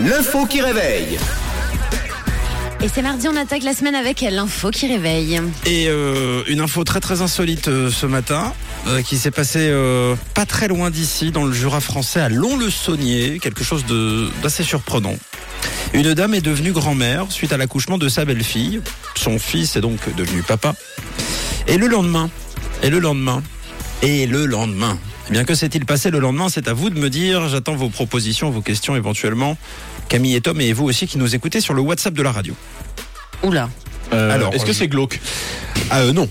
L'info qui réveille. Et c'est mardi, on attaque la semaine avec l'info qui réveille. Et euh, une info très très insolite euh, ce matin euh, qui s'est passée euh, pas très loin d'ici, dans le Jura français, à Lons-le-Saunier, quelque chose de- d'assez surprenant. Une dame est devenue grand-mère suite à l'accouchement de sa belle-fille. Son fils est donc devenu papa. Et le lendemain, et le lendemain, et le lendemain. Eh bien, que s'est-il passé le lendemain C'est à vous de me dire. J'attends vos propositions, vos questions éventuellement. Camille et Tom, et vous aussi qui nous écoutez sur le WhatsApp de la radio. Oula. Alors, est-ce que euh, c'est glauque Ah euh, non,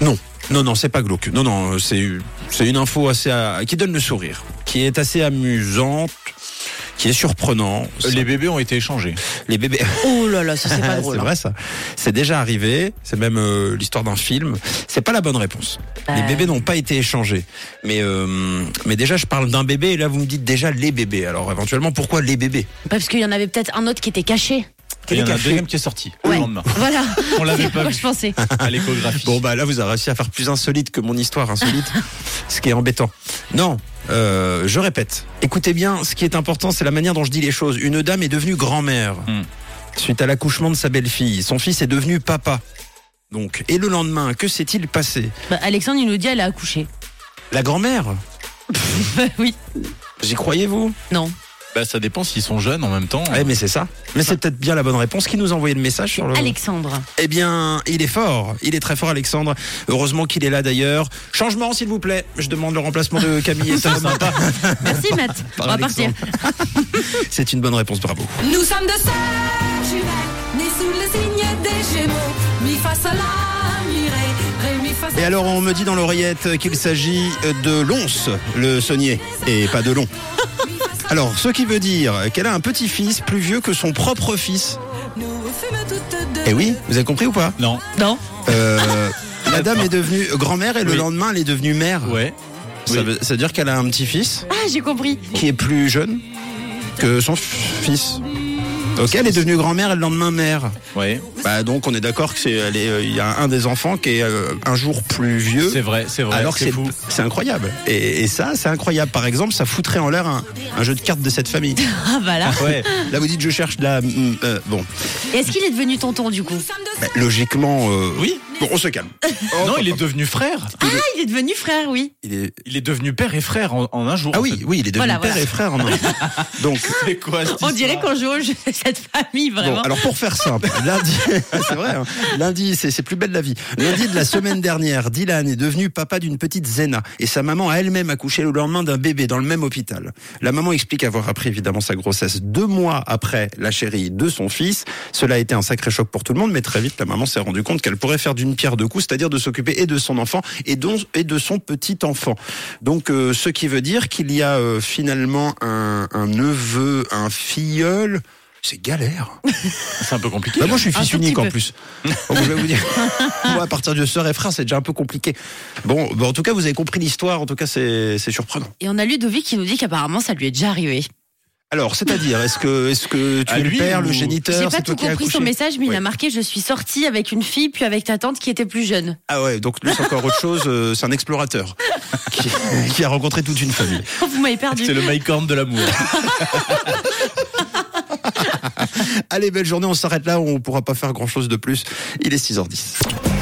non, non, non, c'est pas glauque. Non, non, euh, c'est c'est une info assez euh, qui donne le sourire, qui est assez amusante, qui est surprenant. Ça- Euh, Les bébés ont été échangés. les bébés, Oh là là, ça Euh, c'est pas c'est drôle. vrai ça. C'est déjà arrivé. C'est même euh, l'histoire d'un film. C'est pas la bonne réponse. Les Euh. bébés n'ont pas été échangés. Mais euh, mais déjà, je parle d'un bébé et là vous me dites déjà les bébés. Alors éventuellement, pourquoi les bébés Ouais, Parce qu'il y en avait peut-être un autre qui était caché. Il y en a un Caché. deuxième qui est sorti le lendemain. Voilà. On l'avait C'est à pas quoi vu je pensais. à l'échographie. Bon bah là vous avez réussi à faire plus insolite que mon histoire insolite, ce qui est embêtant. Non, euh, je répète. Écoutez bien, ce qui est important, c'est la manière dont je dis les choses. Une dame est devenue grand-mère Hmm. suite à l'accouchement de sa belle-fille. Son fils est devenu papa. Donc, et le lendemain, que s'est-il passé Bah, Alexandre, il nous dit, elle a accouché. La grand-mère Bah oui. J'y croyez-vous Non. Bah, ça dépend s'ils sont jeunes en même temps. Ouais, mais c'est ça. Mais c'est peut-être bien la bonne réponse qui nous a envoyé le message sur le. Alexandre. Eh bien, il est fort. Il est très fort, Alexandre. Heureusement qu'il est là d'ailleurs. Changement, s'il vous plaît. Je demande le remplacement de Camille et Tom. Merci, Matt. On Par va partir. Alexandre. C'est une bonne réponse, bravo. Nous sommes deux sœurs jumelles, nées sous le signe des Gémeaux, mi face à la mi ré, ré mi face Et alors, on me dit dans l'oreillette qu'il s'agit de l'once, le saunier, et pas de long. mi face à Alors, ce qui veut dire qu'elle a un petit-fils plus vieux que son propre fils. nous fûmes toutes deux. Eh oui, vous avez compris ou pas Non. Non. Euh, La dame est devenue grand-mère et le Oui. lendemain, elle est devenue mère. Ouais. Ça, Oui. veut, ça veut dire qu'elle a un petit-fils Ah, j'ai compris. qui est plus jeune que son f- fils. Ok, elle est devenue grand-mère et le lendemain mère. Ouais. Bah donc on est d'accord que c'est elle est, euh, il y a un des enfants qui est euh, un jour plus vieux. C'est vrai, c'est vrai. Alors que c'est fou. c'est incroyable. Et, et ça, c'est incroyable. Par exemple, ça foutrait en l'air un, un jeu de cartes de cette famille. Ah, bah là. Ouais. Là, vous dites, je cherche la. mm, euh, bon, Et Est-ce qu'il est devenu tonton du coup Nous sommes deux Bah, logiquement. euh, Oui. Bon, on se calme. Oh, non, il est devenu frère. Ah, il est devenu frère, oui. Il est- Il est devenu père et frère en, en un jour. Ah en oui, fait. oui, il est devenu Voilà, père voilà. et frère en un. Donc, C'est quoi cette On dirait histoire qu'on joue au jeu de cette famille, bon, vraiment. alors pour faire simple, lundi, c'est vrai, hein, lundi, c'est c'est plus belle la vie. Lundi de la semaine dernière, Dylan est devenu papa d'une petite Zena et sa maman a elle-même accouché le lendemain d'un bébé dans le même hôpital. La maman explique avoir appris évidemment sa grossesse deux mois après la chérie de son fils. Cela a été un sacré choc pour tout le monde, mais très vite, la maman s'est rendue compte qu'elle pourrait faire d'une pierre deux coups, c'est-à-dire de s'occuper et de son enfant et, dont- et de son petit enfant. Donc, euh, ce qui veut dire qu'il y a euh, finalement un, un neveu, un filleul. C'est galère. hein. C'est un peu compliqué. Bah moi, je suis Un fils tout petit unique en peu. plus. On voulait vous dire. moi, à partir de sœur et frère, c'est déjà un peu compliqué. Bon, bah, en tout cas, vous avez compris l'histoire. En tout cas, c'est c'est surprenant. Et on a Ludovic qui nous dit qu'apparemment ça lui est déjà arrivé. Alors, c'est-à-dire, est-ce que, est-ce que tu À es le lui père, le ou- géniteur J'ai pas c'est tout toi qui as compris son accouché message, mais il Ouais. a marqué Je suis sortie avec une fille, puis avec ta tante qui était plus jeune. Ah ouais, donc lui, c'est encore autre chose. euh, c'est un explorateur qui, qui a rencontré toute une famille. Vous m'avez perdu. C'est le Mycorn de l'amour. Allez, belle journée. On s'arrête là. On pourra pas faire grand-chose de plus. Il est 6h10.